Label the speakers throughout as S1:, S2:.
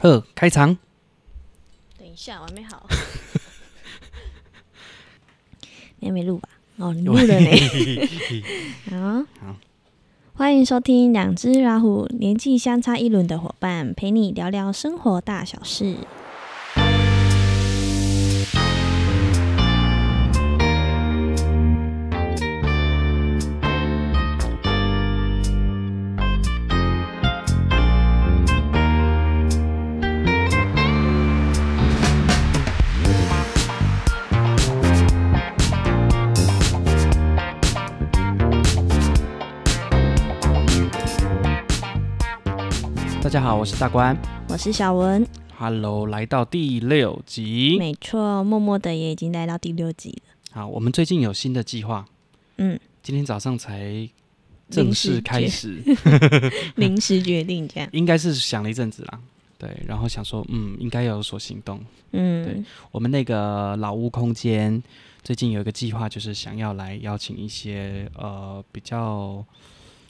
S1: 呵，开场。
S2: 等一下，我还没 好。你还没录吧？哦，你录
S1: 喂
S2: 了 呢。啊，
S1: 好
S2: 欢迎收听《两只老虎年纪相差一轮的伙伴》，陪你聊聊生活大小事。
S1: 大家好，我是大官。
S2: 我是小文，
S1: Hello，来到第六集。
S2: 没错，默默的也已经来到第六集 了。
S1: 好，我们最近有新的计划，
S2: 嗯，
S1: 今天早上才正式开始，
S2: 临时决定这样。
S1: 应该是想了一阵子啦。对，然后想说，嗯，应该要有所行动。
S2: 嗯
S1: 对，我们那个老屋空间最近有一个计划，就是想要来邀请一些呃比较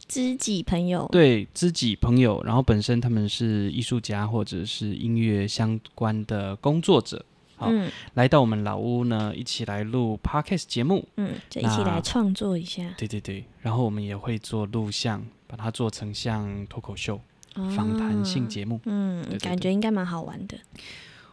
S2: 知己朋友，
S1: 对知己朋友，然后本身他们是艺术家或者是音乐相关的工作者，好
S2: 嗯
S1: 来到我们老屋呢，一起来录 podcast 节目。
S2: 嗯，就一起
S1: 那
S2: 来创作一下
S1: 对对对，然后我们也会做录像，把它做成像脱口秀、访谈性。
S2: 哦
S1: 节目，对
S2: 嗯
S1: 对，
S2: 感
S1: 对
S2: 觉应该蛮好玩的。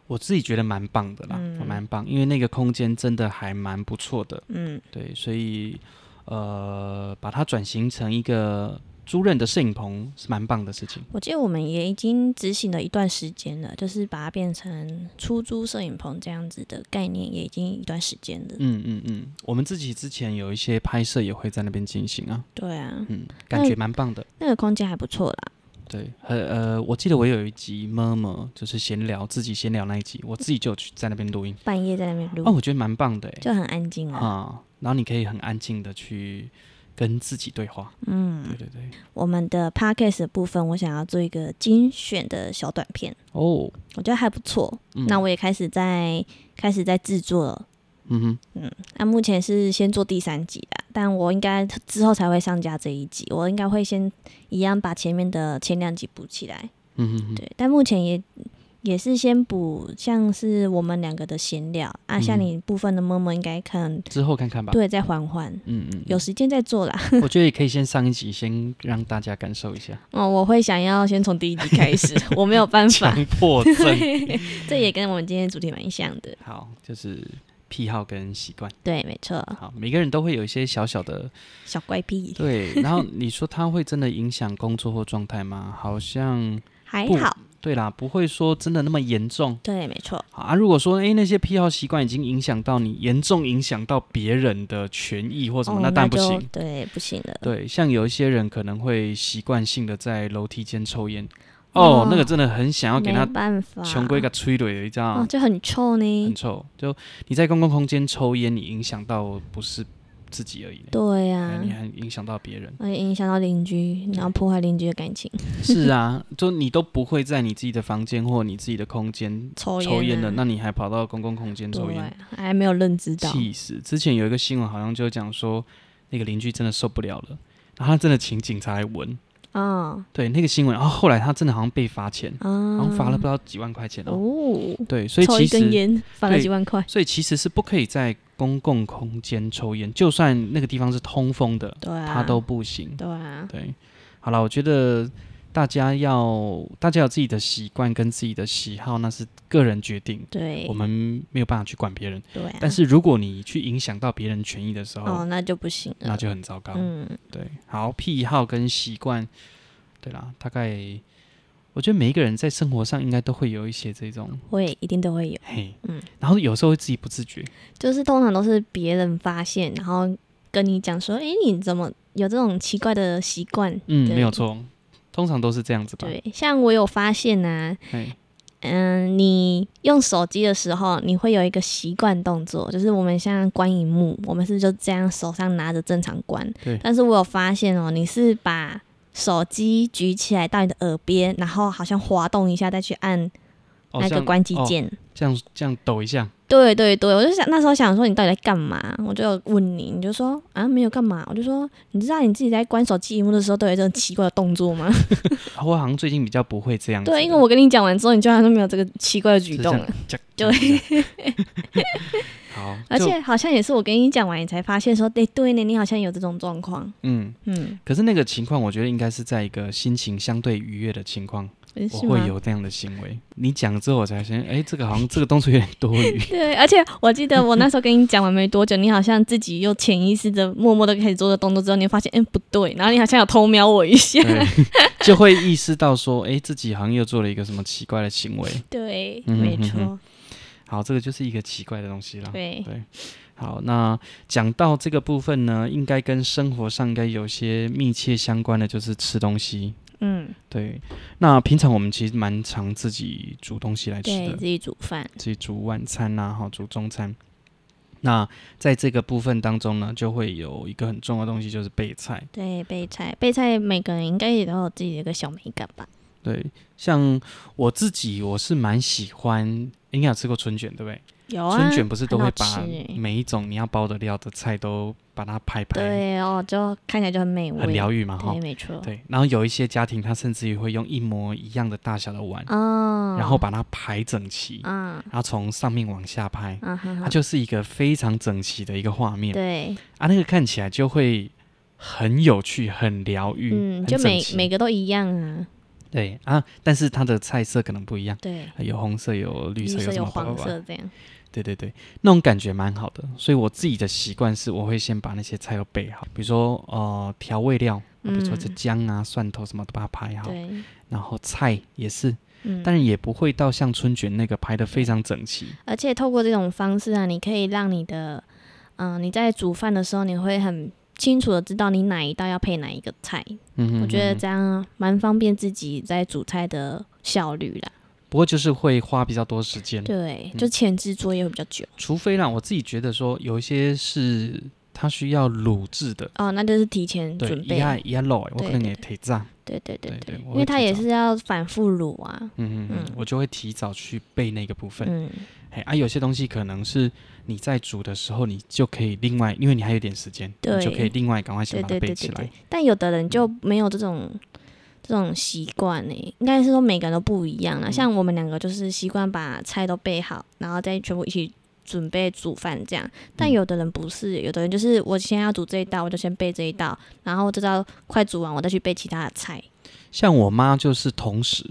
S1: 我自己觉得蛮棒的啦，
S2: 嗯
S1: 蛮棒，因为那个空间真的还蛮不错的。
S2: 嗯，
S1: 对，所以呃，把它转型成一个租赁的摄影棚是蛮棒的事情。
S2: 我记得我们也已经执行了一段时间了，就是把它变成出租摄影棚这样子的概念，也已经一段时间了。
S1: 嗯嗯嗯，我们自己之前有一些拍摄也会在那边进行啊，
S2: 对啊，
S1: 嗯，感觉蛮棒的。
S2: 那个空间还不错啦。
S1: 对，呃呃，我记得我有一集么么就是闲聊，自己闲聊那一集，我自己就有去在那边录音，
S2: 半夜在那边录，
S1: 哦，我觉得蛮棒的哎，
S2: 就很安静啊。
S1: 啊、然后你可以很安静的去跟自己对话，对
S2: 嗯，
S1: 对对，
S2: 我们的 podcast 的部分，我想要做一个精选的小短片，
S1: 哦，
S2: 我觉得还不错。
S1: 嗯
S2: 那我也开始在开始在制作了。
S1: 嗯哼，
S2: 那、目前是先做第三集啦，但我应该之后才会上架这一集，我应该会先一样把前面的前两集补起来。
S1: 嗯哼哼，
S2: 对，但目前也也是先补，像是我们两个的闲聊啊，像
S1: 嗯
S2: 你部分的默默应该可能
S1: 之后看看吧，
S2: 对再缓缓，
S1: 嗯嗯，
S2: 有时间再做啦。
S1: 我觉得也可以先上一集，先让大家感受一 下
S2: 哦，我会想要先从第一集开始，我没有办法，
S1: 强迫症。
S2: 这也跟我们今天的主题蛮像的。
S1: 好，就是癖好跟习惯。
S2: 对，没错，
S1: 好，每个人都会有一些小小的
S2: 小怪癖
S1: 对，然后你说它会真的影响工作或状态吗？好像
S2: 还
S1: 不
S2: 好，
S1: 对啦，不会说真的那么严重。
S2: 对，没错，
S1: 好啊，如果说诶那些癖好习惯已经影响到你，严重影响到别人的权益或什么，
S2: 哦
S1: 那当然不
S2: 就
S1: 行。
S2: 对，不行了。
S1: 对，像有一些人可能会习惯性的在楼梯间抽烟，哦，
S2: 哦
S1: 那个真的很想要给
S2: 没
S1: 他
S2: 办法，
S1: 穷龟给吹了，你知道
S2: 哦，就很臭呢
S1: 很。臭。就你在公共空间抽烟，你影响到不是自己而已呢，
S2: 对呀、
S1: 哎
S2: 啊。
S1: 你，还影响到别人
S2: 而且影响到邻居，然后破坏邻居的感情。
S1: 是啊，就你都不会在你自己的房间或你自己的空间
S2: 抽烟、啊、
S1: 抽烟的，那你还跑到公共空间抽烟，
S2: 对，还没有认知到。
S1: 气死！之前有一个新闻好像就讲说，那个邻居真的受不了了，然后他真的请警察来闻。
S2: 啊
S1: 对，那个新闻，然后后来他真的好像被罚钱，
S2: 啊，
S1: 好像罚了不知道几万块钱哦。
S2: 哦，
S1: 对，所以
S2: 抽
S1: 其
S2: 一根
S1: 实，
S2: 烟罚了
S1: 对
S2: 几万块，
S1: 所以其实是不可以在公共空间抽烟，就算那个地方是通风的，
S2: 对啊，
S1: 他都不行。
S2: 对啊，
S1: 对，好了，我觉得大家要大家有自己的习惯跟自己的喜好，那是个人决定，
S2: 对，
S1: 我们没有办法去管别人。
S2: 对啊，
S1: 但是如果你去影响到别人权益的时候，
S2: 哦，那就不行了，
S1: 那就很糟糕。
S2: 嗯，
S1: 对，好，癖好跟习惯，对啦，大概我觉得每一个人在生活上应该都会有一些这种
S2: 会一定都会有，
S1: 嘿，
S2: 嗯
S1: 然后有时候会自己不自觉，
S2: 就是通常都是别人发现，然后跟你讲说，哎，你怎么有这种奇怪的习惯？
S1: 嗯，
S2: 对
S1: 没有错，通常都是这样子吧，
S2: 对，像我有发现呐、
S1: 嘿，
S2: 嗯，你用手机的时候，你会有一个习惯动作，就是我们像关荧幕，我们是就这样手上拿着正常关。
S1: 对
S2: 但是我有发现哦，你是把手机举起来到你的耳边，然后好像滑动一下再去按
S1: 哦，
S2: 那
S1: 这
S2: 个
S1: 样
S2: 关机，
S1: 哦
S2: 键。
S1: 这样这样抖一下，
S2: 对对对，我就想那时候想说你到底在干嘛，我就有问你，你就说啊没有干嘛，我就说你知道你自己在关手机荧幕的时候都有这种奇怪的动 作吗？
S1: 啊我好像最近比较不会这样子了。
S2: 对，因为我跟你讲完之后，你居然都没有这个奇怪的举
S1: 是这
S2: 动
S1: 样
S2: 了，
S1: 这样
S2: 对
S1: 这样这样 好，
S2: 而
S1: 就
S2: 且好像也是我跟你讲完，你才发现说，对对呢，你好像有这种状况，
S1: 嗯，
S2: 嗯，
S1: 可是那个情况，我觉得应该是在一个心情相对愉悦的情况，我
S2: 是
S1: 会
S2: 吗？。
S1: 有这样的行为。你讲之后，我才发现，哎，这个好像这个动作有点多余
S2: 对，而且我记得我那时候跟你讲完没多久，你好像自己又潜意识的默默的开始做这个动作之后，你就发现，嗯，不对，然后你好像有偷瞄我一下，
S1: 对， 就会意识到说，哎，自己好像又做了一个什么奇怪的行为。
S2: 对，
S1: 嗯
S2: 没
S1: 嗯嗯
S2: 错，
S1: 好，这个就是一个奇怪的东西啦。
S2: 对，
S1: 好，那讲到这个部分呢，应该跟生活上应该有些密切相关的，就是吃东西。
S2: 嗯，
S1: 对，那平常我们其实蛮常自己煮东西来吃
S2: 对
S1: 的，
S2: 自己煮饭，
S1: 自己煮晚餐呐、啊，哈，煮中餐。那在这个部分当中呢，就会有一个很重要的东西，就是备菜。
S2: 对，备菜，备菜，每个人应该也都有自己的一个小美感吧？
S1: 对，像我自己，我是蛮喜欢，应该有吃过春卷，对不对？
S2: 有啊，
S1: 春卷不是都
S2: 很
S1: 会
S2: 好
S1: 把
S2: 吃欸
S1: 每一种你要包的料的菜都把它排排，
S2: 对哦，就看起来就很美味，
S1: 很疗愈嘛，哈
S2: 对，。没错，
S1: 对，然后有一些家庭，他甚至于会用一模一样的大小的碗，
S2: 哦，
S1: 然后把它排整齐，
S2: 嗯
S1: 然后从上面往下拍，
S2: 嗯哼
S1: 它
S2: 哼，
S1: 就是一个非常整齐的一个画面
S2: 对，
S1: 啊，那个看起来就会很有趣、很疗愈、
S2: 嗯，
S1: 很
S2: 就
S1: 整
S2: 每
S1: 齐
S2: 每个都一样啊，
S1: 对啊，但是它的菜色可能不一样，
S2: 对，
S1: 有红色、有绿色、
S2: 色
S1: 什
S2: 有
S1: 么吧吧
S2: 黄
S1: 吧
S2: 色这样，
S1: 对对对，那种感觉蛮好的。所以我自己的习惯是，我会先把那些菜都备好，比如说呃调味料，比如说这
S2: 嗯
S1: 姜啊、蒜头什么都把它排好，
S2: 对，
S1: 然后菜也是，
S2: 嗯，
S1: 但是也不会到像春卷那个排的非常整齐。
S2: 而且透过这种方式啊，你可以让你的，嗯、你在煮饭的时候，你会很清楚的知道你哪一道要配哪一个菜，
S1: 嗯哼
S2: 我觉得
S1: 哼
S2: 这样蛮方便自己在煮菜的效率啦。
S1: 不过就是会花比较多时间，
S2: 对，
S1: 嗯
S2: 就前置作业会比较久。
S1: 除非让我自己觉得说有一些是它需要卤制的，
S2: 哦，那就是提前
S1: 对，
S2: 准
S1: 一
S2: 备
S1: 下
S2: 啊。
S1: 一下肉，我
S2: 对
S1: 可能
S2: 对
S1: 也提早，
S2: 对对对
S1: 对对我
S2: 因
S1: 会
S2: 为它
S1: 提
S2: 也
S1: 早
S2: 是要反复卤啊。
S1: 嗯嗯嗯
S2: 嗯，
S1: 我就会提早去备那个部分。
S2: 嗯，
S1: 哎啊，有些东西可能是你在煮的时候，你就可以另外，因为你还有点时间，
S2: 对
S1: 你就可以另外赶快先
S2: 对
S1: 把它
S2: 对
S1: 备
S2: 对
S1: 起
S2: 对
S1: 来嗯
S2: 对。。但有的人就没有这种这种习惯呢，应该是说每个人都不一样啦。
S1: 嗯
S2: 像我们两个就是习惯把菜都备好，然后再全部一起。准备煮饭这样，但
S1: 嗯
S2: 有的人不是，有的人就是我先要煮这一道，我就先备这一道，然后这道快煮完，我再去备其他的菜。
S1: 像我妈就是同时，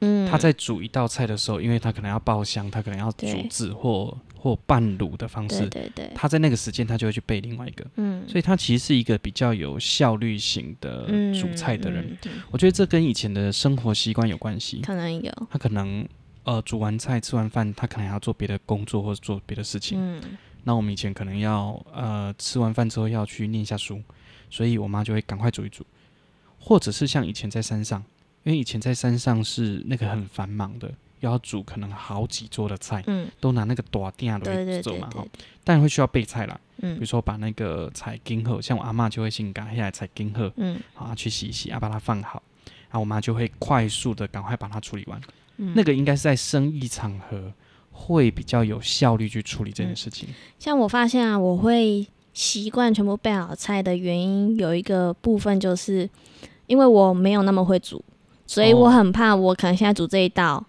S2: 嗯，
S1: 她在煮一道菜的时候，因为她可能要爆香，她可能要
S2: 对
S1: 煮制或或半卤的方
S2: 对
S1: 式，
S2: 对对，
S1: 她在那个时间她就会去备另外一个，
S2: 嗯，
S1: 所以她其实是一个比较有效率型的煮菜的人。
S2: 嗯嗯嗯
S1: 我觉得这跟以前的生活习惯有关系，
S2: 可能有，
S1: 她可能。呃，煮完菜吃完饭，她可能还要做别的工作或者做别的事情，
S2: 嗯，
S1: 那我们以前可能要呃吃完饭之后要去念一下书，所以我妈就会赶快煮一煮，或者是像以前在山上，因为以前在山上是那个很繁忙的，又要煮可能好几桌的菜，
S2: 嗯，
S1: 都拿那个大鼎啊
S2: 对对
S1: 来
S2: 对
S1: 做嘛，
S2: 对
S1: 哈，，当然会需要备菜啦，比
S2: 嗯
S1: 如说把那个菜根后，像我阿妈就会先赶下来菜根后，
S2: 嗯
S1: 啊去洗一洗，啊把它放好，啊我妈就会快速的赶快把它处理完，
S2: 嗯，
S1: 那个应该是在生意场合会比较有效率去处理这件事情，
S2: 像我发现啊，我会习惯全部备好菜的原因，有一个部分就是因为我没有那么会煮，所以
S1: 哦
S2: 我很怕我可能现在煮这一道，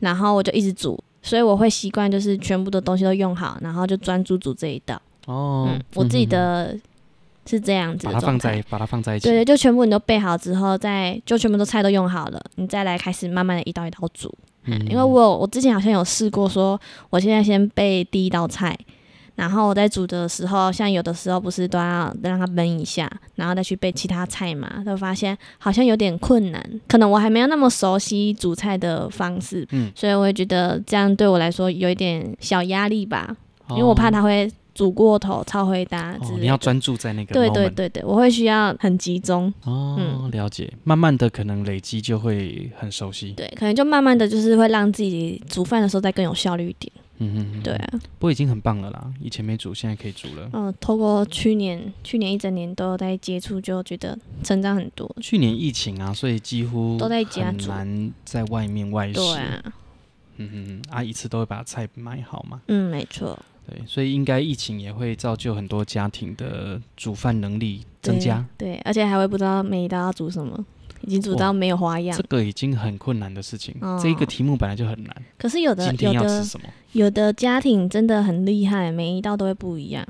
S2: 然后我就一直煮，所以我会习惯就是全部的东西都用好，然后就专注煮这一道。
S1: 哦嗯
S2: 嗯，我自己
S1: 嗯哼哼
S2: 的是这样子
S1: 把它
S2: 的
S1: 放
S2: 状态
S1: 在。把它放在一起。
S2: 对对，就全部你都备好之后，再就全部都菜都用好了，你再来开始慢慢的一道一道煮。
S1: 嗯，
S2: 因为我有我之前好像有试过说，我现在先备第一道菜，然后我在煮的时候，像有的时候不是都要让它焖一下，然后再去备其他菜嘛，就发现好像有点困难，可能我还没有那么熟悉煮菜的方式，
S1: 嗯
S2: 所以我会觉得这样对我来说有一点小压力吧，
S1: 哦
S2: 因为我怕它会煮过头、超回答之
S1: 哦，
S2: 类的。
S1: 你要专注在那个
S2: 对
S1: moment。
S2: 对对对，我会需要很集中，
S1: 哦，
S2: 嗯
S1: 了解。慢慢的，可能累积就会很熟悉。
S2: 对，可能就慢慢的就是会让自己煮饭的时候再更有效率一点，
S1: 嗯嗯，
S2: 对。啊。
S1: 不过已经很棒了啦，以前没煮，现在可以煮了。
S2: 嗯，透过去年去年一整年都有在接触，就觉得成长很多。
S1: 去年疫情啊，所以几乎
S2: 都在家
S1: 很
S2: 煮
S1: 难在外面外食。
S2: 对啊，
S1: 嗯嗯嗯，啊，一次都会把菜买好嘛。
S2: 嗯，没错，
S1: 对，所以应该疫情也会造就很多家庭的煮饭能力增
S2: 对
S1: 加。
S2: 对，而且还会不知道每一道要煮什么，已经煮
S1: 哇
S2: 到没有花样
S1: 这。个已经很困难的事情，这一个
S2: 哦
S1: 题目本来就很难。
S2: 可是有的
S1: 今天
S2: 有
S1: 要吃
S2: 的
S1: 什么？
S2: 有的家庭真的很厉害，每一道都会不一样。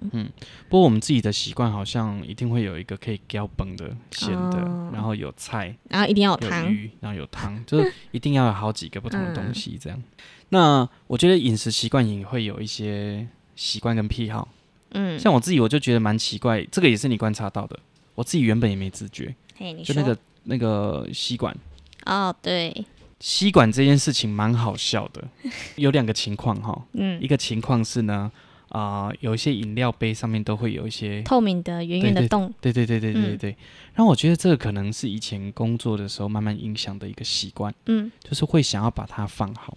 S1: 不过我们自己的习惯好像一定会有一个可以标本的咸的，
S2: 哦
S1: 然后有菜，
S2: 然后一定要有
S1: 有
S2: 汤，
S1: 鱼，然后有汤， 就是一定要有好几个不同的东西这样。
S2: 嗯
S1: 那我觉得饮食习惯也会有一些习惯跟癖好，
S2: 嗯，
S1: 像我自己我就觉得蛮奇怪，这个也是你观察到的，我自己原本也没自觉，
S2: 嘿，你
S1: 就
S2: 说
S1: 那个那个吸管。
S2: 哦，对，
S1: 吸管这件事情蛮好笑的，有两个情况哈，
S2: 嗯
S1: 一，个情况是呢，啊、有一些饮料杯上面都会有一些
S2: 透明的圆圆的
S1: 对
S2: 洞，
S1: 对对对对对对
S2: 嗯
S1: 对。然后我觉得这个可能是以前工作的时候慢慢影响的一个习惯，
S2: 嗯
S1: 就是会想要把它放好，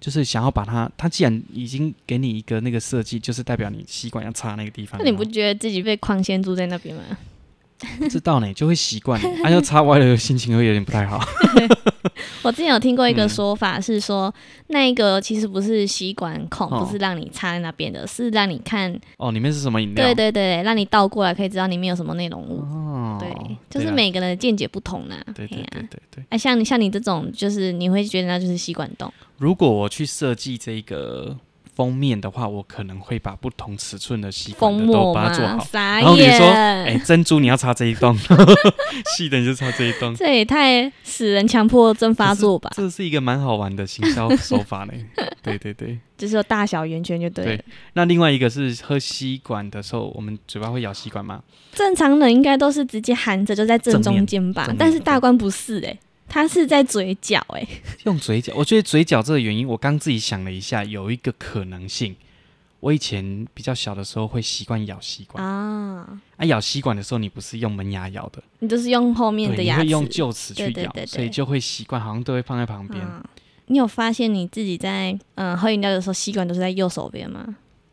S1: 就是想要把它，它既然已经给你一个那个设计，就是代表你吸管要插那个地方。
S2: 那你不觉得自己被框限住在那边吗？
S1: 不知道呢，就会习 惯了，啊，要插歪了，心情会有点不太好。
S2: 我之前有听过一个
S1: 嗯
S2: 说法是说，那一个其实不是吸管孔，
S1: 哦
S2: 不是让你插在那边的，是让你看，
S1: 哦，里面是什么饮料？
S2: 对对对，让你倒过来可以知道里面有什么内容物。
S1: 哦，
S2: 对，就是
S1: 啦
S2: 每个人的见解不同啦。
S1: 对对
S2: 嘿
S1: 对
S2: 啊
S1: 对对。
S2: 啊，像你像你这种，就是你会觉得那就是吸管洞，
S1: 如果我去设计这个封面的话，我可能会把不同尺寸的吸管
S2: 封
S1: 的都
S2: 膜
S1: 把它做
S2: 嘛，
S1: 好。
S2: 傻
S1: 然后比如说哎、
S2: 眼，
S1: 珍珠你要插这一洞， 细的你就插这一洞。
S2: 这也太使人强迫症发 作吧？
S1: 这是一个蛮好玩的行销手法 呢。对对对，
S2: 就是有大小圆圈就对了
S1: 对。那另外一个是喝吸管的时候，我们嘴巴会咬吸管吗？
S2: 正常人应该都是直接含着就在正中间吧
S1: 正面正面，
S2: 但是大关不是哎、他是在嘴角哎、
S1: 用嘴角，我觉得嘴角这个原因，我刚自己想了一下，有一个可能性。我以前比较小的时候会习惯咬吸管，
S2: 啊，
S1: 啊，咬吸管的时候你不是用门牙咬的，
S2: 你就是用后面的
S1: 对，你
S2: 牙
S1: 会用
S2: 齿。
S1: 臼齿去
S2: 对
S1: 咬，
S2: 对对对
S1: 所以就会习惯，好像都会放在旁边。
S2: 啊，你有发现你自己在嗯喝饮料的时候吸管都是在右手边吗？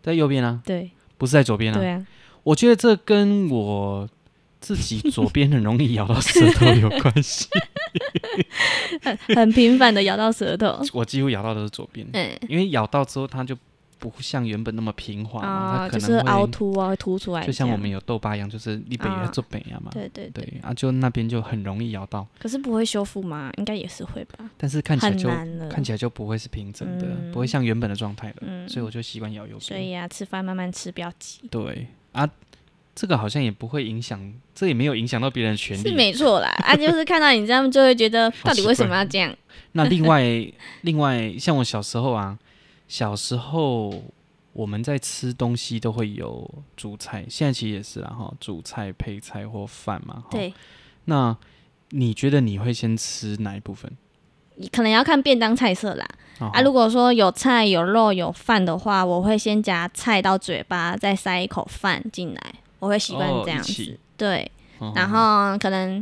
S1: 在右边啊，
S2: 对
S1: 不是在左边啊。
S2: 对啊，
S1: 我觉得这跟我自己左边很容易咬到舌头有关系，
S2: 很频繁的咬到舌 头。
S1: 我几乎咬到都是左边，
S2: 嗯
S1: 因为咬到之后它就不像原本那么平滑嘛，
S2: 啊，
S1: 它可
S2: 就是
S1: 能
S2: 凹
S1: 会
S2: 凸啊，会凸出来。
S1: 就像我们。有痘疤一样，就是一北牙
S2: 啊
S1: 做北牙嘛。
S2: 对对对，
S1: 对啊，就那边就很容易咬到，
S2: 可是不会修复吗？应该也是会吧，
S1: 但是看起来
S2: 很
S1: 就
S2: 难了。
S1: 看起来就不会是平整的，
S2: 嗯
S1: 不会像原本的状态了。
S2: 嗯，
S1: 所以我就习惯咬右边。
S2: 所以啊，吃饭慢慢吃，不要急，
S1: 对啊，这个好像也不会影响，这也没有影响到别人的权
S2: 是
S1: 利。
S2: 没错啦。啊，就是看到你这样，就会 觉得到底为什么要这样？
S1: 那另外另外，像我小时候啊，小时候我们在吃东西都会有主菜，现在其实也是啦啊哈，主菜、配菜或饭嘛。哈。
S2: 对，
S1: 那你觉得你会先吃哪一部分？
S2: 可能要看便当菜色啦。
S1: 哦
S2: 啊，如果说有菜、有肉、有饭的话，我会先夹菜到嘴巴，再塞一口饭进来，我会习惯
S1: 哦
S2: 这样
S1: 一
S2: 子。
S1: 起
S2: 对，
S1: 哦
S2: 然
S1: 哦
S2: 后可能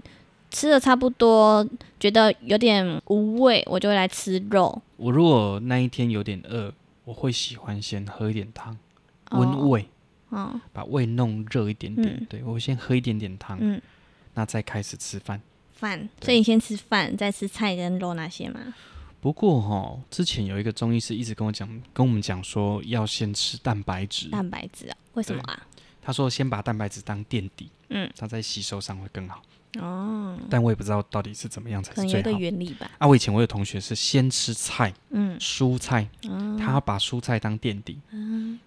S2: 吃的差不多，觉得有点无味，我就会来吃肉。
S1: 我如果那一天有点饿，我会喜欢先喝一点汤，温胃，
S2: 哦，
S1: 把胃弄热一点点。
S2: 嗯
S1: 对我先喝一点点汤，
S2: 嗯，
S1: 那再开始吃饭。
S2: 饭。
S1: 啊对
S2: 所以你先吃饭，再吃菜跟肉那些嘛。
S1: 不过哈、之前有一个中医师一直跟我讲，跟我们讲说要先吃蛋白质。
S2: 蛋白质啊？为什么啊？
S1: 他说先把蛋白质当垫底，
S2: 嗯，
S1: 它在吸收上会更好。
S2: 哦，
S1: 但我也不知道到底是怎么样才
S2: 可
S1: 是
S2: 能
S1: 最
S2: 有一个
S1: 好。
S2: 原理吧。
S1: 啊，我以前我有同学是先吃菜，
S2: 嗯，
S1: 蔬菜，
S2: 哦
S1: 他把蔬菜当垫底。
S2: 嗯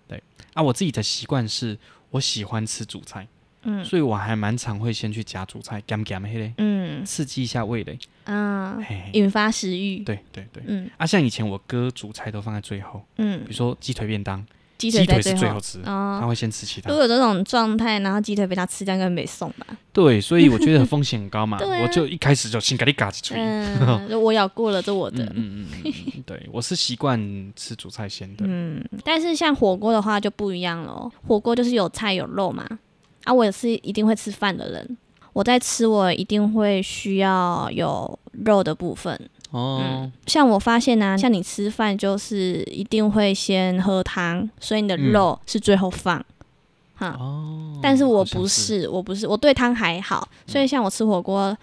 S1: 啊，我自己的习惯是我喜欢吃主菜，
S2: 嗯
S1: 所以我还蛮常会先去夹主菜，干干黑嘞，
S2: 嗯
S1: 刺激一下味蕾。
S2: 啊，
S1: 嘿嘿，
S2: 引发食欲。
S1: 对对对。
S2: 嗯
S1: 啊，像以前我哥主菜都放在最后，
S2: 嗯
S1: 比如，说鸡腿便当，
S2: 鸡
S1: 鸡
S2: 腿在
S1: 腿是最
S2: 最
S1: 后
S2: 后
S1: 吃，
S2: 哦
S1: 他会先吃其他
S2: 如。果有这种状态，然后鸡腿被他吃掉，应该没送吧？
S1: 对，所以我觉得风险很高嘛，
S2: 对啊
S1: 我就一开始就先给你嘎几锤。
S2: 嗯， 就我咬过了，这我的
S1: 嗯。嗯嗯嗯嗯，对，我是习惯吃主菜先的。
S2: 嗯，但是像火锅的话就不一样了，火锅就是有菜有肉嘛。啊，我也是一定会吃饭的人，我在吃我一定会需要有肉的部分。
S1: 哦，
S2: 像我发现呢、啊像你吃饭就是一定会先喝汤，所以你的
S1: 嗯
S2: 肉是最后放。哈、
S1: 哦，
S2: 但是我
S1: 好像
S2: 不
S1: 是，嗯
S2: 是，我不是，我对汤还好，所以像我吃火锅，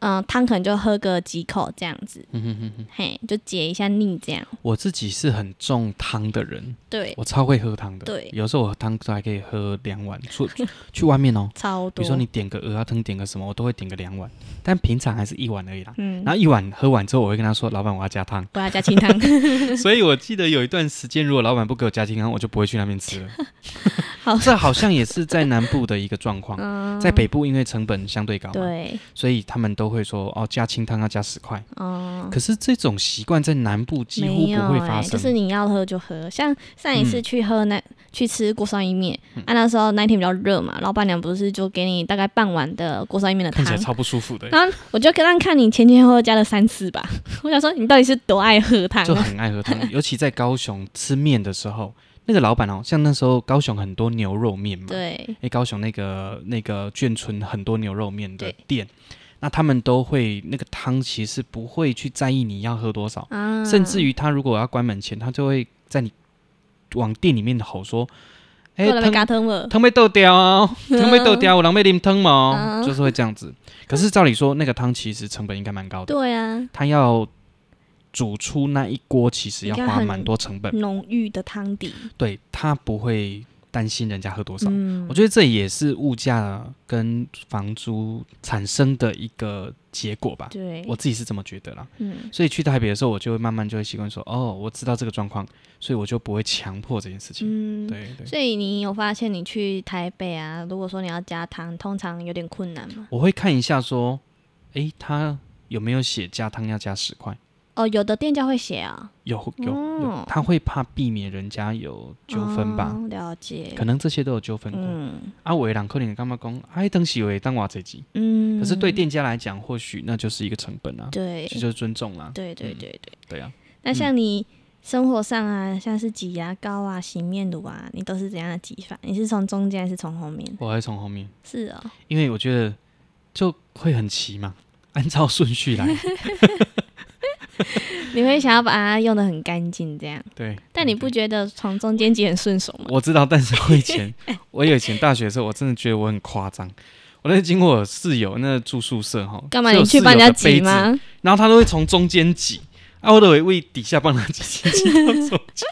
S2: 嗯、汤可能就喝个几口这样子，
S1: 嗯哼哼哼，
S2: 嘿，就解一下腻这样。
S1: 我自己是很重汤的人，
S2: 对，
S1: 我超会喝汤的。
S2: 对
S1: 有时候我汤都还可以喝两碗， 出去外面哦，
S2: 超
S1: 比
S2: 多。
S1: 如说你点个鹅啊汤，点个什么，我都会点个两碗，但平常还是一碗而已啦。
S2: 嗯，
S1: 然后一碗喝完之后，我会跟他说：“老板，我要加汤。
S2: 不要 加清汤，
S1: 所以我记得有一段时间，如果老板不给我加清汤，我就不会去那边吃了。
S2: 好
S1: 这好像也是在南部的一个状况，
S2: 嗯，
S1: 在北部因为成本相对高嘛，
S2: 对，
S1: 所以他们都会说哦加清汤要加十块。
S2: 嗯，
S1: 可是这种习惯在南部几乎
S2: 没有
S1: 不会发
S2: 欸
S1: 生，
S2: 就是你要喝就喝。像上一次
S1: 嗯
S2: 去喝那、去吃锅烧意面，啊那时候那一天比较热嘛，老板娘不是就给你大概半碗的锅烧意面的
S1: 看
S2: 汤
S1: 起，来超不舒服的，欸
S2: 然后我就跟他看你前前后后加了三次吧， 我想说你到底是多爱喝汤
S1: 就
S2: 啊？
S1: 很爱喝汤。尤其在高雄吃面的时候，那个老板哦，像那时候高雄很多牛肉面嘛，
S2: 对，
S1: 哎，高雄那个那个眷村很多牛肉面的
S2: 对
S1: 店，那他们都会那个汤其实不会去在意你要喝多少，
S2: 啊，
S1: 甚至于他如果要关门前，他就会在你往店里面吼说：“哎、
S2: 过来被
S1: 汤
S2: 嘎疼了，
S1: 汤被豆掉 哦，汤被豆掉，我狼被淋汤嘛
S2: 嗯
S1: 哦，就是会这样子。可是照理说，那个汤其实成本应该蛮高的，
S2: 对啊，
S1: 他要。煮出那一锅其实要
S2: 应该
S1: 花
S2: 很嗯
S1: 蛮多成本，
S2: 浓郁的汤底，
S1: 对他不会担心人家喝多少，
S2: 嗯
S1: 我，觉得这也是物价跟房租产生的一个结果吧，
S2: 对，
S1: 我自己是这么觉得啦。
S2: 嗯，
S1: 所以去台北的时候，我就会慢慢就会习惯说，哦，我知道这个状况，所以我就不会强迫这件事情。
S2: 嗯，
S1: 对对，
S2: 所以你有发现你去台北啊，如果说你要加汤，通常有点困难吗？
S1: 我会看一下说，诶，他有没有写加汤要加十块？
S2: 哦，有的店家会写啊，
S1: 有有有
S2: 哦，
S1: 他会怕避免人家有纠纷吧？
S2: 哦了解
S1: 可，能这些都有纠纷过。
S2: 嗯
S1: 啊，我两克林干嘛讲？哎，当时为当娃这集，
S2: 嗯，
S1: 可是对店家来讲，或许那就是一个成本啊，
S2: 对
S1: 这就是尊重啦。
S2: 对对
S1: 嗯
S2: 对对，
S1: 对啊，
S2: 那像你。生活上啊，像是挤牙膏啊、洗面乳啊，你都是怎样的挤法？你是从中间还是从后面？
S1: 我会从后面，
S2: 是哦，
S1: 因为我觉得就会很齐嘛， 按照顺序 来。
S2: 你会想要把它用的很干净这样，
S1: 对，
S2: 但你不觉得从中间挤很顺手吗？
S1: 我知道，但是我以 前，我以前大学的时候，我真的觉得我很夸张。我那经过我室友那住宿舍哈，
S2: 干嘛
S1: 是有
S2: 你去帮
S1: 室
S2: 人
S1: 友
S2: 家
S1: 的杯
S2: 挤
S1: 子？
S2: 吗？
S1: 然后他都会从中间挤，啊，我都会为底下帮他挤挤挤到中 间。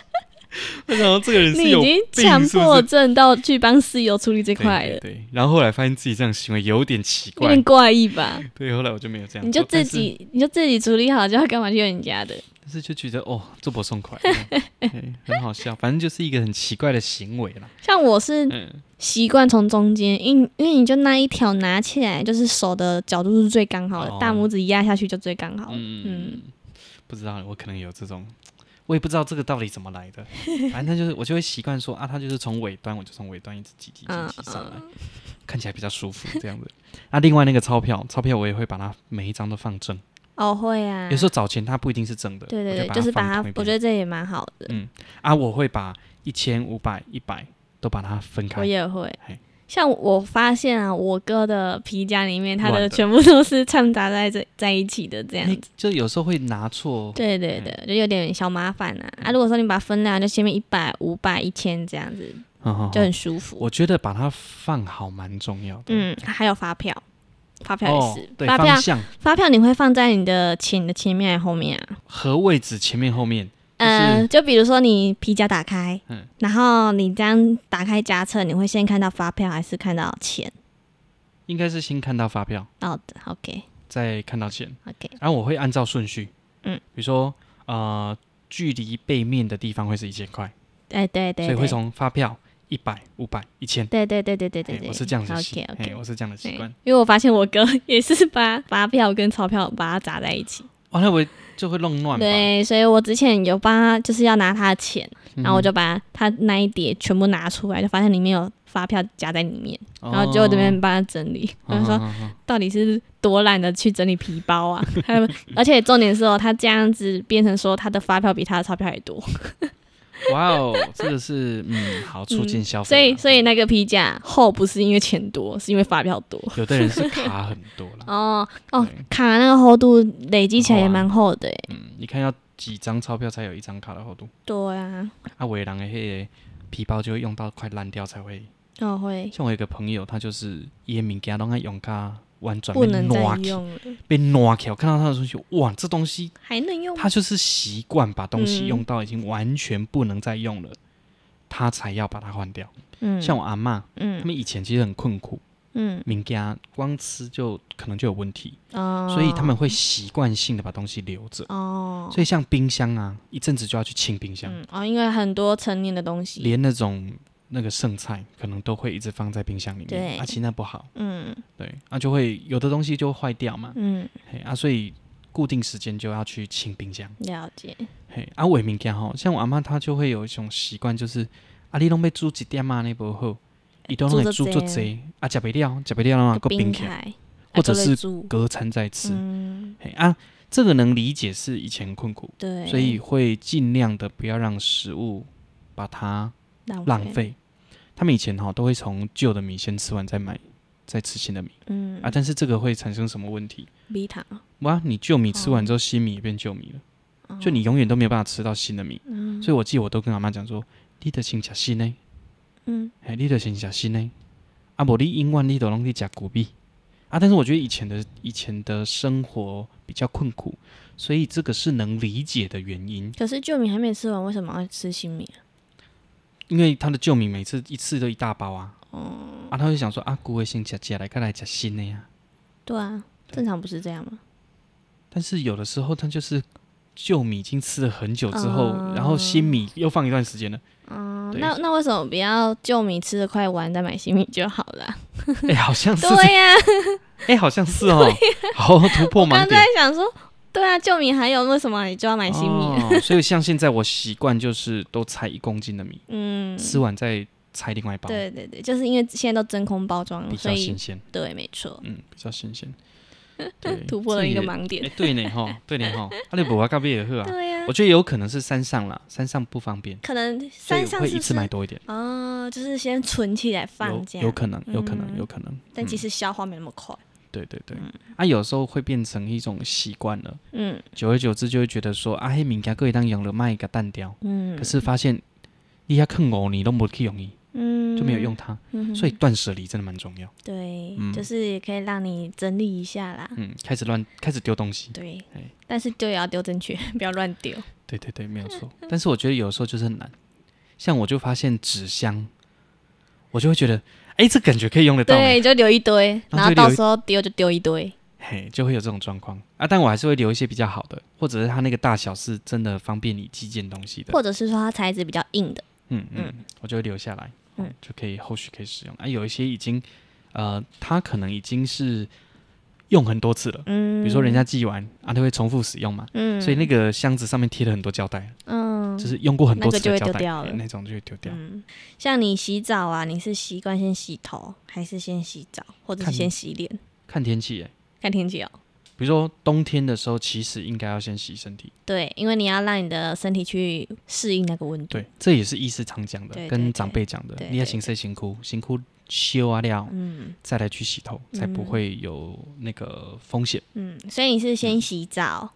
S1: 我想说这个人是
S2: 你已
S1: 有
S2: 经
S1: 病
S2: 强
S1: 是不
S2: 迫
S1: 是
S2: 症到去帮室友处理这
S1: 对
S2: 块
S1: 对
S2: 了，
S1: 对，然后后来发现自己这样行为有点奇
S2: 有
S1: 怪
S2: 点，怪异吧？
S1: 对，后来我就没有这样做。
S2: 你就自
S1: 但是
S2: 己你就自己处理好，就要干嘛去人家的？
S1: 但是就觉得哦，这不松快、对很好笑。反正就是一个很奇怪的行为啦。
S2: 像我是
S1: 嗯，
S2: 习惯从中间，因因为你就那一条拿起来，就是手的角度是最刚好的，
S1: 哦
S2: 大拇指压下去就最刚好了。
S1: 嗯
S2: 嗯
S1: 不知道，我可能有这种，我也不知道这个到底怎么来的。反正他就是，我就会习惯说啊，他就是从尾端，我就从尾端一直挤挤挤
S2: 嗯
S1: 挤上来，看起来比较舒服这样子。那、另外那个钞票，钞票我也会把它每一张都放正，
S2: 哦会啊，
S1: 有时候找钱它不一定是正的，
S2: 对对
S1: 我
S2: 对，就是
S1: 把
S2: 把
S1: 它
S2: 它
S1: 放，同
S2: 我
S1: 一
S2: 觉
S1: 边
S2: 得这也蛮好的，
S1: 啊，我会把一千、五百、一百都把它分
S2: 我
S1: 开。
S2: 也会
S1: 嘿。
S2: 像我发现啊，我哥的皮夹里面，他
S1: 乱
S2: 的
S1: 的
S2: 全部都是掺杂在这在一起的这样
S1: 你
S2: 子。
S1: 就有时候会拿错，
S2: 对对对，就有点小麻烦啊。
S1: 嗯
S2: 啊，如果说你把它分量，就前面一百、五百、一千这样子，
S1: 嗯哼哼
S2: 就很舒服。
S1: 我觉得把它放好蛮重要的。
S2: 嗯，还有发票，发票
S1: 哦
S2: 也是，，
S1: 对，
S2: 发票
S1: 方向
S2: 发票你会放在你的钱的前面还是后面啊？
S1: 和位置前面后面，
S2: 嗯，就比如说你皮夹打开，
S1: 嗯
S2: 然后你这样打开夹册，你会先看到发票还是看到钱？
S1: 应该是先看到发票，
S2: 哦，OK
S1: 再看到钱。
S2: OK，
S1: 然后我会按照顺序，
S2: 嗯，
S1: 比如说呃，距离背面的地方会是一千块，
S2: 哎对对
S1: 所以会
S2: 对，
S1: 从发票一百、五百、一千。
S2: 对对对对对对
S1: 嘿
S2: 对，
S1: 哎我是这样子习
S2: OK，
S1: 嘿
S2: OK，
S1: 我是这样的习惯。
S2: 因为我发现我哥也是把发票跟钞票把它砸在一起，
S1: 哦，那我就会弄乱吧。嗯
S2: 对，所以我之前有帮他就是要拿他的钱，
S1: 嗯哼，
S2: 然后我就把他那一叠全部拿出来，就发现里面有发票夹在里面，
S1: 哦，
S2: 然后就这边帮他整理，我就说
S1: 嗯，嗯嗯嗯
S2: 到底是多懒得去整理皮包啊！ 还有，而且重点是哦，他这样子变成说他的发票比他的钞票还多，
S1: 哇哦，这个是嗯，好促进消费啊。
S2: 所以所以那个皮夹厚不是因为钱多，是因为发票多。
S1: 有的人是卡很多啦。
S2: 哦哦
S1: 对，
S2: 卡那个厚度累积起来也蛮厚的欸、
S1: 嗯，你看要几张钞票才有一张卡的厚度？
S2: 对啊，
S1: 啊，伟人的迄个皮包就会用到快烂掉才会。
S2: 哦会
S1: 像我有一个朋友，他就是伊的物件拢爱用卡婉转
S2: 不
S1: 被
S2: 能再
S1: 挪起，
S2: 用了，
S1: 被挪起来。我看到他的东西，哇，这东西
S2: 还能用吗？
S1: 他就是习惯把东西
S2: 嗯
S1: 用到已经完全不能再用了，他才要把它换掉。
S2: 嗯，
S1: 像我阿嬷，他
S2: 嗯
S1: 们以前其实很困苦，
S2: 嗯
S1: 民家光吃就可能就有问题，
S2: 哦，
S1: 所以他们会习惯性的把东西留着。
S2: 哦，
S1: 所以像冰箱啊，一阵子就要去清冰箱，
S2: 嗯哦，因为很多成年的东西，
S1: 连那种那个剩菜可能都会一直放在冰箱里面，
S2: 对
S1: 啊，其实那不好，
S2: 嗯
S1: 对，啊就会有的东西就坏掉嘛，
S2: 嗯，
S1: 嘿啊，所以固定时间就要去清冰箱，
S2: 了解，
S1: 嘿，啊我明家吼，像我阿妈她就会有一种习惯，就是啊你拢要煮一点嘛，那不好，伊都拢会煮
S2: 哎煮
S1: 做
S2: 很多
S1: 济，啊食袂了，食袂了嘛，
S2: 就
S1: 搁冰起来，
S2: 开，
S1: 或者
S2: 啊
S1: 是
S2: 搁在煮
S1: 隔餐再吃，
S2: 嗯，
S1: 嘿啊这个能理解是以前困苦，
S2: 对，
S1: 所以会尽量的不要让食物把它浪，费。他们以前哈都会从旧的米先吃完再买，再吃新的米
S2: 嗯
S1: 啊。但是这个会产生什么问题？
S2: ，B 糖，
S1: 哇，你旧米吃完之后，新米也变旧米了，就你永远都没有办法吃到新的米。
S2: 哦嗯，
S1: 所以我记得我都跟阿妈讲说，你得先吃新的，
S2: 嗯
S1: 哎，你得先吃新的。啊，无你永远你都拢在吃古币啊。但是我觉得以前的以前的生活比较困苦，所以这个是能理解的原因，
S2: 可是旧米还没吃完，为什么要吃新米啊？
S1: 因为他的旧米每次一次都一大包啊。
S2: 哦
S1: 啊，他会想说啊，古的先吃吃来，再来吃新的呀、
S2: 对啊，正常不是这样吗？
S1: 但是有的时候它就是旧米已经吃了很久之后，
S2: 嗯
S1: 然后新米又放一段时间 了。
S2: 嗯，
S1: 对
S2: 那那为什么不要旧米吃的快完再买新米就好了啊？
S1: 哎、好像 是，哎、
S2: 对呀，
S1: 好像是哦，好突破盲
S2: 刚
S1: 点
S2: 才。想说，对啊，旧米还有，为什么你就要买新米？啊
S1: 哦，所以像现在我习惯就是都拆一公斤的米，
S2: 嗯，
S1: 吃完再拆另外一包，
S2: 对对对，就是因为现在都真空包装
S1: 比，
S2: 所
S1: 较新
S2: 以
S1: 鲜。
S2: 对，没错，
S1: 嗯，比较新鲜。对，
S2: 突破了一个
S1: 这也。
S2: 盲点
S1: 哎、。对呢 哈，对呢哈，阿里伯瓦咖啡也喝啊。
S2: 对呀、
S1: 我觉得有可能是山上啦，山上不方便，
S2: 可能
S1: 所以
S2: 山
S1: 我
S2: 上
S1: 会
S2: 是
S1: 一
S2: 不
S1: 次
S2: 是
S1: 买多一点。
S2: 哦，就是先存起来放
S1: 有
S2: 这样，
S1: 有可能，有可能，
S2: 嗯
S1: 有可能。
S2: 但
S1: 嗯
S2: 其实消化没那么快。
S1: 对对对，啊，有时候会变成一种习惯了，
S2: 嗯
S1: 久而久之就会觉得说，啊，迄物件可以当用了卖个蛋掉，
S2: 嗯，
S1: 可是发现你要坑五年都没去用伊，
S2: 嗯
S1: 就没有用，它，
S2: 嗯
S1: 所以
S2: 哼
S1: 断舍离真的蛮重要。
S2: 对，
S1: 嗯
S2: 就是也可以让你整理一下啦。
S1: 嗯，开始乱开始丢东西，
S2: 对
S1: 哎，
S2: 但是丢也要丢正确， 不要乱丢。
S1: 对对对，没有
S2: 嗯
S1: 错。但是我觉得有时候就是很难，像我就发现纸箱，我就会觉得，哎，这感觉可以用得到、欸，
S2: 对，就留一堆，
S1: 然
S2: 然
S1: 后就
S2: 后
S1: 留一
S2: 到时候丢就丢一堆。
S1: 嘿，就会有这种状况啊。但我还是会留一些比较好的，或者是它那个大小是真的方便你寄件东西的。
S2: 或者是说它材质比较硬的，
S1: 嗯嗯，我就会留下来，
S2: 嗯
S1: 嗯，就可以后续可以使用。啊，有一些已经，呃，它可能已经是用很多次了，比
S2: 嗯，
S1: 如说人家寄完啊，它会重复使用嘛，
S2: 嗯，
S1: 所以那个箱子上面贴了很多胶带，
S2: 嗯
S1: 就是用过很多次
S2: 那
S1: 的胶
S2: 个就会丢
S1: 带，
S2: 掉
S1: 哎
S2: 了
S1: 那种就会丢掉。
S2: 嗯，像你洗澡啊，你是习惯先洗头，还是先洗澡，或者是
S1: 看
S2: 先洗脸？
S1: 看天气，哎，
S2: 看天气哦。
S1: 比如说冬天的时候，其实应该要先洗身体，
S2: 对，因为你要让你的身体去适应那个温度。
S1: 对，这也是医师常讲的，
S2: 对
S1: 跟
S2: 对
S1: 长辈讲的
S2: 对，
S1: 你要
S2: 对
S1: 先洗辛苦，辛苦修啊料，
S2: 嗯
S1: 再来去洗头，才不
S2: 嗯
S1: 会有那个风险。
S2: 嗯，所以你是先洗澡、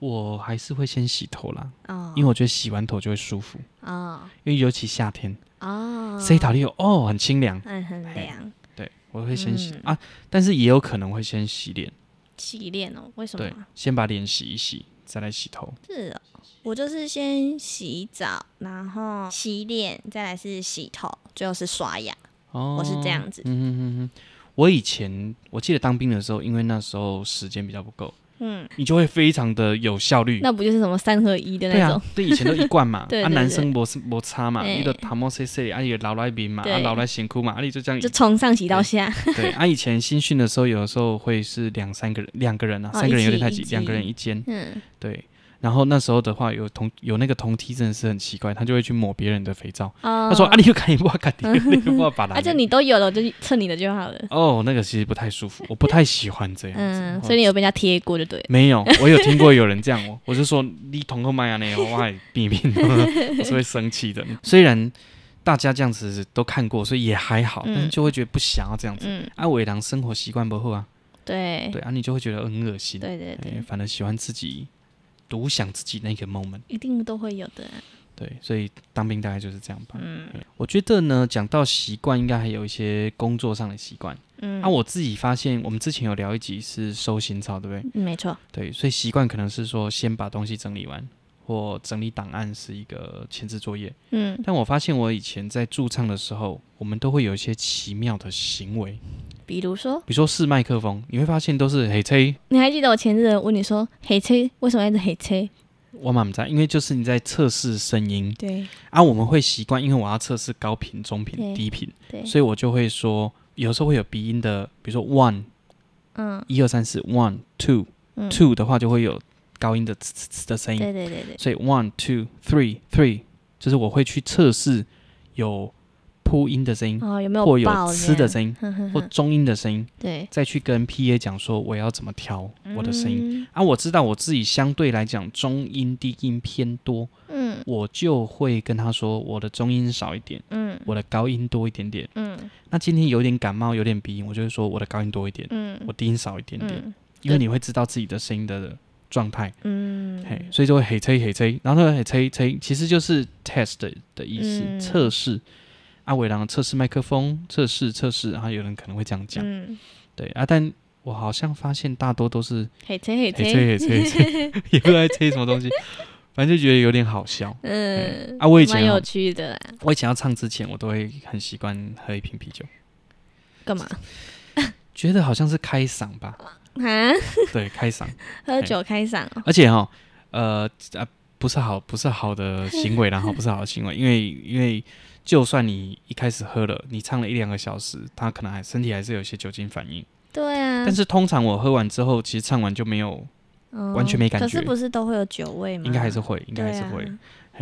S1: 我还是会先洗头啦，
S2: 哦，
S1: 因为我觉得洗完头就会舒服，
S2: 哦
S1: 因为尤其夏天，
S2: 哦，
S1: 洗头你有哦很清凉，
S2: 嗯很
S1: 嘿
S2: 凉，
S1: 对我会先洗、
S2: 嗯
S1: 啊，但是也有可能会先洗脸，
S2: 洗脸哦，为什么
S1: 对
S2: 啊？，
S1: 先把脸洗一洗，再来洗头，
S2: 是哦，我就是先洗澡，然后洗脸，再来是洗头，最后是刷牙，
S1: 哦，
S2: 我是这样子。
S1: 嗯哼哼哼。我以前我记得当兵的时候，因为那时候时间比较不够，
S2: 嗯，
S1: 你就会非常的有效率。
S2: 那不就是什么三合一的
S1: 对
S2: 那
S1: 啊
S2: 种？，
S1: 对以前都一贯嘛，
S2: 对
S1: 啊
S2: 对
S1: 男
S2: 对
S1: 生没没差嘛，
S2: 哎
S1: 你都头毛洗洗，啊你老来面嘛，啊
S2: 对
S1: 老来辛苦嘛，啊你就这样
S2: 就从上洗到下，
S1: 对，啊，以前新训的时候，有的时候会是两三个人，两个人啊，
S2: 哦
S1: 三个人有
S2: 一
S1: 点太
S2: 起一
S1: 挤，
S2: 起
S1: 两个人一间。
S2: 嗯，
S1: 对，然后那时候的话，有同有那个同梯真的是很奇怪，他就会去抹别人的肥皂，
S2: 他
S1: 他说啊，你就赶紧把赶 紧把把它。
S2: 而且你都有了，哦啊我就蹭你的就好了。
S1: 哦，那个其实不太舒服，我不太喜欢这样子。
S2: 嗯，
S1: 哦
S2: 所以你有被人家贴过就对了。
S1: 没有，我有听过有人这样哦，我就说你同个麦啊，那我还避 免，我是会生气的。虽然大家这样子都看过，所以也还好，但是
S2: 嗯
S1: 就会觉得不想要这样子。
S2: 嗯，
S1: 啊，伟郎生活习惯不好啊，
S2: 对，
S1: 对啊，你就会觉得很恶心。
S2: 对对
S1: 哎
S2: 对，
S1: 反而喜欢自己独享自己那个 moment。
S2: 一定都会有的啊。
S1: 对，所以当兵大概就是这样吧。
S2: 嗯
S1: 我觉得呢，讲到习惯，应该还有一些工作上的习惯。
S2: 嗯，
S1: 啊，我自己发现，我们之前有聊一集是收行草，对不对？
S2: 嗯没错，
S1: 对，所以习惯可能是说先把东西整理完，或整理档案是一个前置作业。
S2: 嗯，
S1: 但我发现我以前在驻唱的时候，我们都会有一些奇妙的行为，
S2: 比如说，
S1: 比如说试麦克风，你会发现都是嘿吹，
S2: 你还记得我前日问你说黑车为什么要一直黑车？
S1: 我满在，因为就是你在测试声音
S2: 对
S1: 啊，我们会习惯，因为我要测试高频、中频、
S2: 对
S1: 低频，
S2: 对，
S1: 所以我就会说，有时候会有鼻音的，比如说 one
S2: 嗯
S1: 一二三四 one two
S2: 嗯，
S1: two 的话，就会有高音的呲呲呲的声音，
S2: 对对对对，
S1: 所以 one two three three 就是我会去测试有扑音的声音，
S2: 哦，有没有
S1: 嗯或有
S2: 爆嗯
S1: 呲的
S2: 这
S1: 声音，
S2: 样？哼哼
S1: 或
S2: 哼
S1: 中音的声音，
S2: 对，
S1: 再去跟 P A 讲说我要怎么调我的声音。
S2: 音，
S1: 啊，我知道我自己相对来讲中音、低音偏多，
S2: 嗯
S1: 我就会跟他说我的中音少一点，
S2: 嗯
S1: 我的高音多一点点。
S2: 嗯
S1: 那今天有点感冒，有点鼻音，我就会说我的高音多一点，
S2: 嗯，
S1: 我低音少一点点，
S2: 嗯
S1: 因为你会知道自己的声音的状态，
S2: 嗯，
S1: 嘿，所以就会嘿吹嘿吹，然后那个嘿吹吹其实就是 test 的的意思，
S2: 嗯
S1: 测试。阿伟郎测试麦克风，测试测试，然后有人可能会这样讲，
S2: 嗯，
S1: 对啊，但我好像发现大多都是
S2: 黑车
S1: 嘿
S2: 黑
S1: 吹嘿吹嘿 吹，也不知道在吹什么东西，反正就觉得有点好笑。
S2: 嗯，
S1: 啊，我以
S2: 蛮
S1: 前
S2: 有
S1: 哦
S2: 趣的啦，
S1: 我以前要唱之前，我都会很习惯喝一瓶啤酒，
S2: 干嘛
S1: 觉得好像是开嗓吧，
S2: 啊？
S1: 对，开嗓，
S2: 喝酒开嗓哦，
S1: 而且哈、呃啊，不是好不是好的行为啦， 然后不是好的行为，因为因为就算你一开始喝了，你唱了一两个小时，他可能还身体还是有一些酒精反应，
S2: 对啊
S1: 但，是通常我喝完之后，其实唱完就没有，
S2: 哦
S1: 完全没感
S2: 可是
S1: 觉
S2: 不是都会有酒味吗？
S1: 应该还是会，应该还
S2: 嗯对
S1: 是
S2: 啊
S1: 会，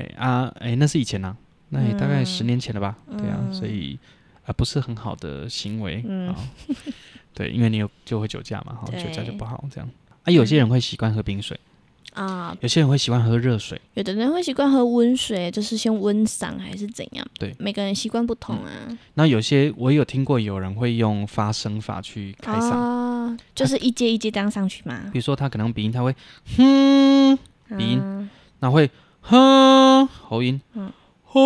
S1: 嘿啊，哎、那是以前呐、那也大概十年前了吧？对啊，
S2: 嗯
S1: 所以啊、不是很好的行为啊、
S2: 嗯
S1: 对，因为你有就会酒驾嘛，哈，
S2: 对
S1: 酒驾就不好这样。啊，有些人会习惯喝冰水，
S2: 啊，
S1: 有些人会喜欢喝热水，
S2: 有的人会习惯喝温水，就是先温嗓还是怎样？
S1: 对嗯
S2: 每个人习惯不同啊。
S1: 那有些我有听过有人会用发声法去开嗓，
S2: 哦，就是一阶一阶这样上去嘛。
S1: 比如说他可能鼻音他会哼，鼻音
S2: 啊
S1: 那会哼喉音，
S2: 嗯
S1: 吼，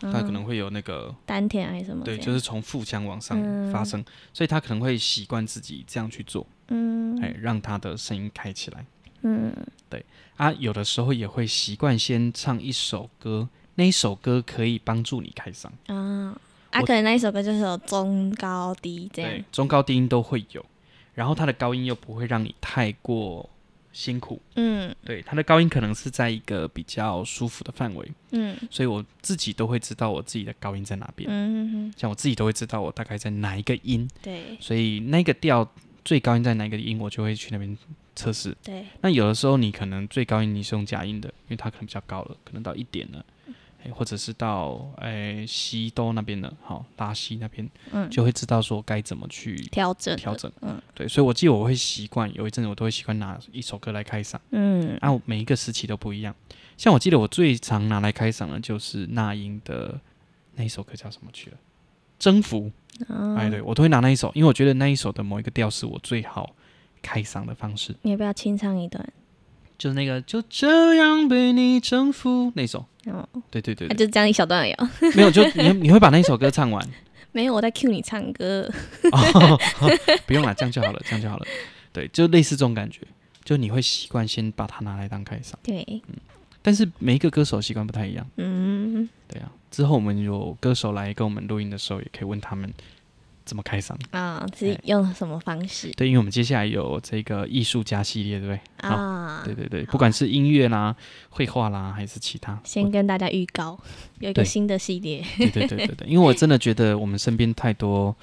S1: 他
S2: 嗯
S1: 可能会有那个
S2: 丹田还是什么这
S1: 对，
S2: 样？
S1: 就是从腹腔往上
S2: 嗯
S1: 发声，所以他可能会习惯自己这样去做。
S2: 嗯
S1: 哎，让他的声音开起来
S2: 嗯
S1: 啊。有的时候也会习惯先唱一首歌，那一首歌可以帮助你开嗓，
S2: 啊啊，
S1: 我
S2: 可能那一首歌就是有中高低这样
S1: 对。，中高低音都会有，然后它的高音又不会让你太过辛苦，
S2: 嗯
S1: 对，它的高音可能是在一个比较舒服的范围，
S2: 嗯
S1: 所以我自己都会知道我自己的高音在哪边，
S2: 嗯，嗯
S1: 像我自己都会知道我大概在哪一个音，
S2: 对
S1: 所以那个调最高音在哪一个音，我就会去那边测试。
S2: 对，
S1: 那有的时候你可能最高音你是用假音的，因为它可能比较高了，可能到一点了，哎，或者是到哎西哆那边了，好拉西那边
S2: 嗯，
S1: 就会知道说该怎么去
S2: 调整
S1: 调，整。
S2: 嗯
S1: 对，所以我记得我会习惯，有一阵子我都会习惯拿一首歌来开嗓，
S2: 嗯
S1: 啊，我每一个时期都不一样。像我记得我最常拿来开嗓的就是那英的那一首歌叫什么去了？征服，哎，
S2: 啊，
S1: 对我都会拿那一首，因为我觉得那一首的某一个调是我最好开嗓的方式。
S2: 你要不要清唱一段？
S1: 就是那个就这样被你征服那首，
S2: 哦，
S1: 对对对
S2: 那，就这样一小段而已哦。
S1: 对没有就你 你会把那首歌唱完，
S2: 没有，我在 cue 你唱歌。
S1: 哦、 不用了，这样就好了，这样就好了，对，就类似这种感觉，就你会习惯先把它拿来当开嗓，
S2: 对，
S1: 但是每一个歌手习惯不太一样，
S2: 嗯
S1: 对啊，之后我们有歌手来跟我们录音的时候，也可以问他们怎么开嗓，
S2: 啊，
S1: 哎
S2: 是用什么方式
S1: 对，因为我们接下来有这个艺术家系列，对不对？好
S2: 啊？
S1: 对对对，
S2: 好
S1: 不管是音乐啦、绘画啦，还是其他，
S2: 先跟大家预告，有一
S1: 对
S2: 个新的系列。
S1: 对对对对对，因为我真的觉得我们身边太多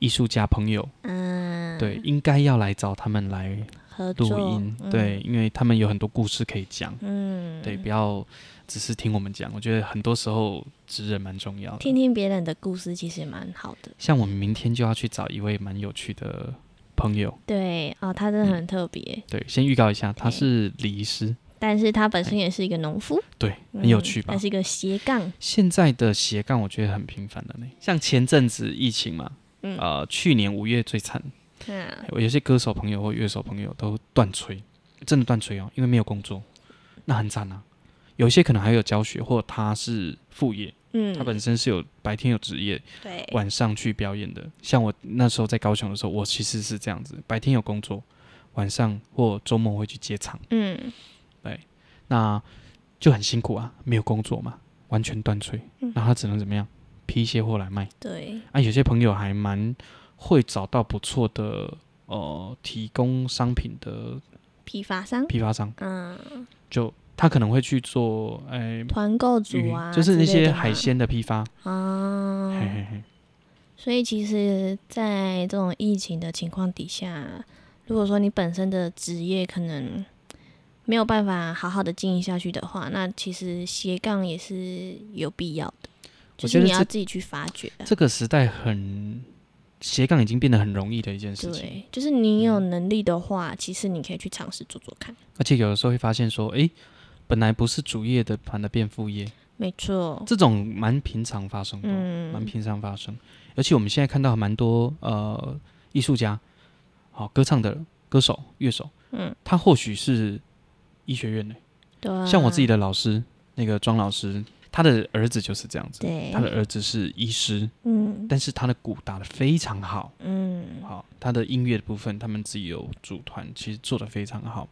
S1: 艺术家朋友，
S2: 嗯，
S1: 对，，应该要来找他们来
S2: 合作
S1: 录音，
S2: 嗯、，
S1: 对，因为他们有很多故事可以讲，
S2: 嗯，
S1: 对，不要只是听我们讲，我觉得很多时候职人蛮重要
S2: 听
S1: 的。
S2: 听别人的故事其实也蛮好的。
S1: 像我们明天就要去找一位蛮有趣的朋友，
S2: 对，哦，他
S1: 嗯
S2: 真的很特别，
S1: 对，先预告一下，他
S2: 对
S1: 是礼仪师，
S2: 但是他本身也是一个农夫，
S1: 对，哎
S2: 嗯
S1: 很有趣吧
S2: 他？是一个斜杠，
S1: 现在的斜杠我觉得很频繁了呢，像前阵子疫情嘛，
S2: 嗯
S1: 呃，去年五月最惨，
S2: 嗯，
S1: 我有些歌手朋友或乐手朋友都断吹，真的断吹哦，因为没有工作，那很惨啊。有些可能还有教学，或他是副业，
S2: 嗯，
S1: 他本身是有白天有职业，
S2: 对，
S1: 晚上去表演的。像我那时候在高雄的时候，我其实是这样子，白天有工作，晚上或周末会去接场，
S2: 嗯
S1: 那就很辛苦啊，没有工作嘛，完全断炊，
S2: 嗯
S1: 那他只能怎么样，批一些货来卖。
S2: 对，
S1: 啊，有些朋友还蛮会找到不错的呃提供商品的
S2: 批发商，
S1: 批发商，
S2: 嗯，
S1: 就他可能会去做哎、
S2: 团购组
S1: 鱼
S2: 啊，
S1: 就是那
S2: 之类
S1: 些
S2: 的嘛
S1: 海鲜的批发，
S2: 啊，
S1: 嘿嘿嘿，
S2: 所以其实，在这种疫情的情况底下，如果说你本身的职业可能没有办法好好的经营下去的话，那其实斜杠也是有必要的，就
S1: 我
S2: 是
S1: 觉得
S2: 你要
S1: 这
S2: 自己去发掘啊、
S1: 这个时代很斜杠已经变得很容易的一件事情，嗯
S2: 对，就是你有能力的话，其实你可以去尝试做做看。
S1: 而且有的时候会发现说，哎、本来不是主业的，反而变副业，
S2: 没错，
S1: 这种蛮平常发生的哦。蛮
S2: 嗯，
S1: 平常发生。而且我们现在看到蛮多呃艺术家，好、歌唱的歌手、乐手，
S2: 嗯，
S1: 他或许是医学院的、
S2: 对、啊，
S1: 像我自己，的老师，那个庄老师，他的儿子就是这样子，
S2: 对，
S1: 他的儿子是医师，
S2: 嗯
S1: 但是他的鼓打得非常好，
S2: 嗯，
S1: 好，他的音乐的部分他们自己有组团，其实做得非常好。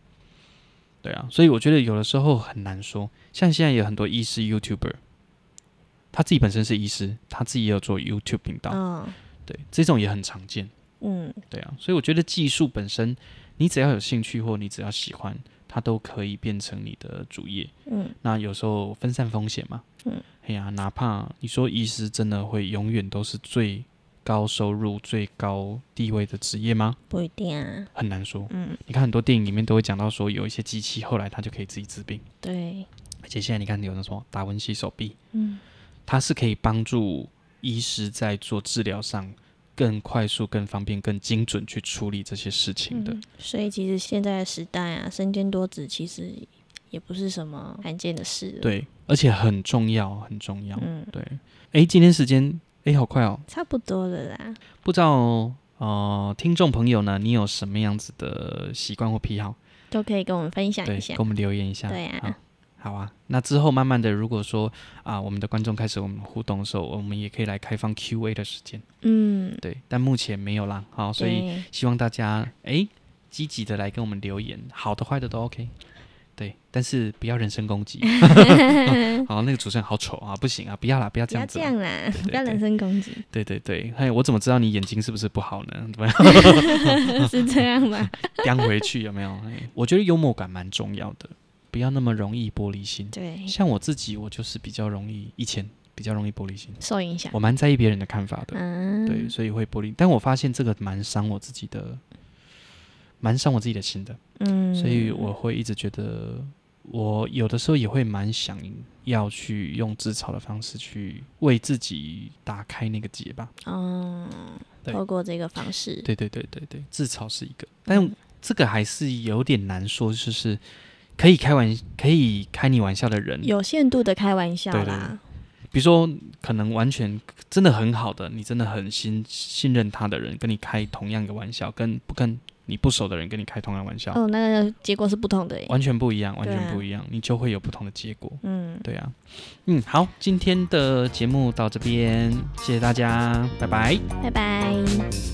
S1: 对啊，所以我觉得有的时候很难说，像现在有很多医师 YouTuber，他自己本身是医师，他自己也有做 YouTube 频道，
S2: 嗯
S1: 对，这种也很常见，
S2: 嗯，
S1: 对啊，所以我觉得技术本身，你只要有兴趣或你只要喜欢，它都可以变成你的主业。
S2: 嗯，
S1: 那有时候分散风险嘛，
S2: 嗯，
S1: 哎呀、哪怕你说医师真的会永远都是最高收入、最高地位的职业吗？
S2: 不一定啊，
S1: 很难说。
S2: 嗯，
S1: 你看很多电影里面都会讲到说，有一些机器后来它就可以自己治病，
S2: 对，
S1: 而且现在你看有那什么达文西手臂，
S2: 嗯
S1: 它是可以帮助医师在做治疗上更快速、更方便、更精准去处理这些事情的。
S2: 嗯，所以其实现在的时代啊，身兼多职其实也不是什么罕见的事了。，
S1: 对，啊而且很重要，很重要。
S2: 嗯，
S1: 对，诶，今天时间诶，好快哦，
S2: 差不多了啦。
S1: 不知道。呃，听众朋友呢，你有什么样子的习惯或癖好？
S2: 都可以跟我们分享
S1: 对，
S2: 一
S1: 给
S2: 下。
S1: 我们留言一下。
S2: 对啊
S1: 好好啊。那之后慢慢的，如果说啊、我们的观众开始我们互动的时候，我们也可以来开放 Q&A 的时间。
S2: 嗯，
S1: 对，但目前没有啦。好，所以
S2: 对
S1: 希望大家诶积极的来跟我们留言，好的坏的都 OK。对，但是不要人身攻 击。好，那个主持人好丑啊，不行啊，不要啦，不要
S2: 不
S1: 这
S2: 要
S1: 样子
S2: 这
S1: 啦。
S2: 样啦，
S1: 对对
S2: 不要人身攻击，
S1: 对对对，嘿，我怎么知道你眼睛是不是不好呢？ 怎么样
S2: 是这样 吗？
S1: 颠回去有没有？嘿我觉得幽默感蛮重要的，不要那么容易玻璃心。
S2: 对，
S1: 像我自己，我就是比较容易，以前比较容易玻璃心，
S2: 受影响
S1: 我。蛮在意别人的看法的，
S2: 嗯，
S1: 对，，所以会玻璃。但我发现这个蛮伤我自己的，蛮伤我自己的心的，
S2: 嗯，
S1: 所以我会一直觉得，我有的时候也会蛮想要去用自嘲的方式去为自己打开那个结吧。
S2: 嗯，
S1: 对
S2: 透过这个方式，
S1: 对对对对对，自嘲是一个，
S2: 嗯
S1: 但这个还是有点难说，就是可以开玩可以开你玩笑的人，
S2: 有限度的开玩笑
S1: 对对
S2: 啦。
S1: 比如说，可能完全真的很好的，你真的很信信任他的人，跟你开同样的玩笑，跟不跟你不熟的人跟你开同样的玩笑，
S2: 哦，那个结果是不同的耶。
S1: 完全不一样，完
S2: 对啊
S1: 全不一样，你就会有不同的结果。
S2: 嗯，
S1: 对啊，嗯，好，今天的节目到这边，谢谢大家，拜拜。
S2: 拜拜。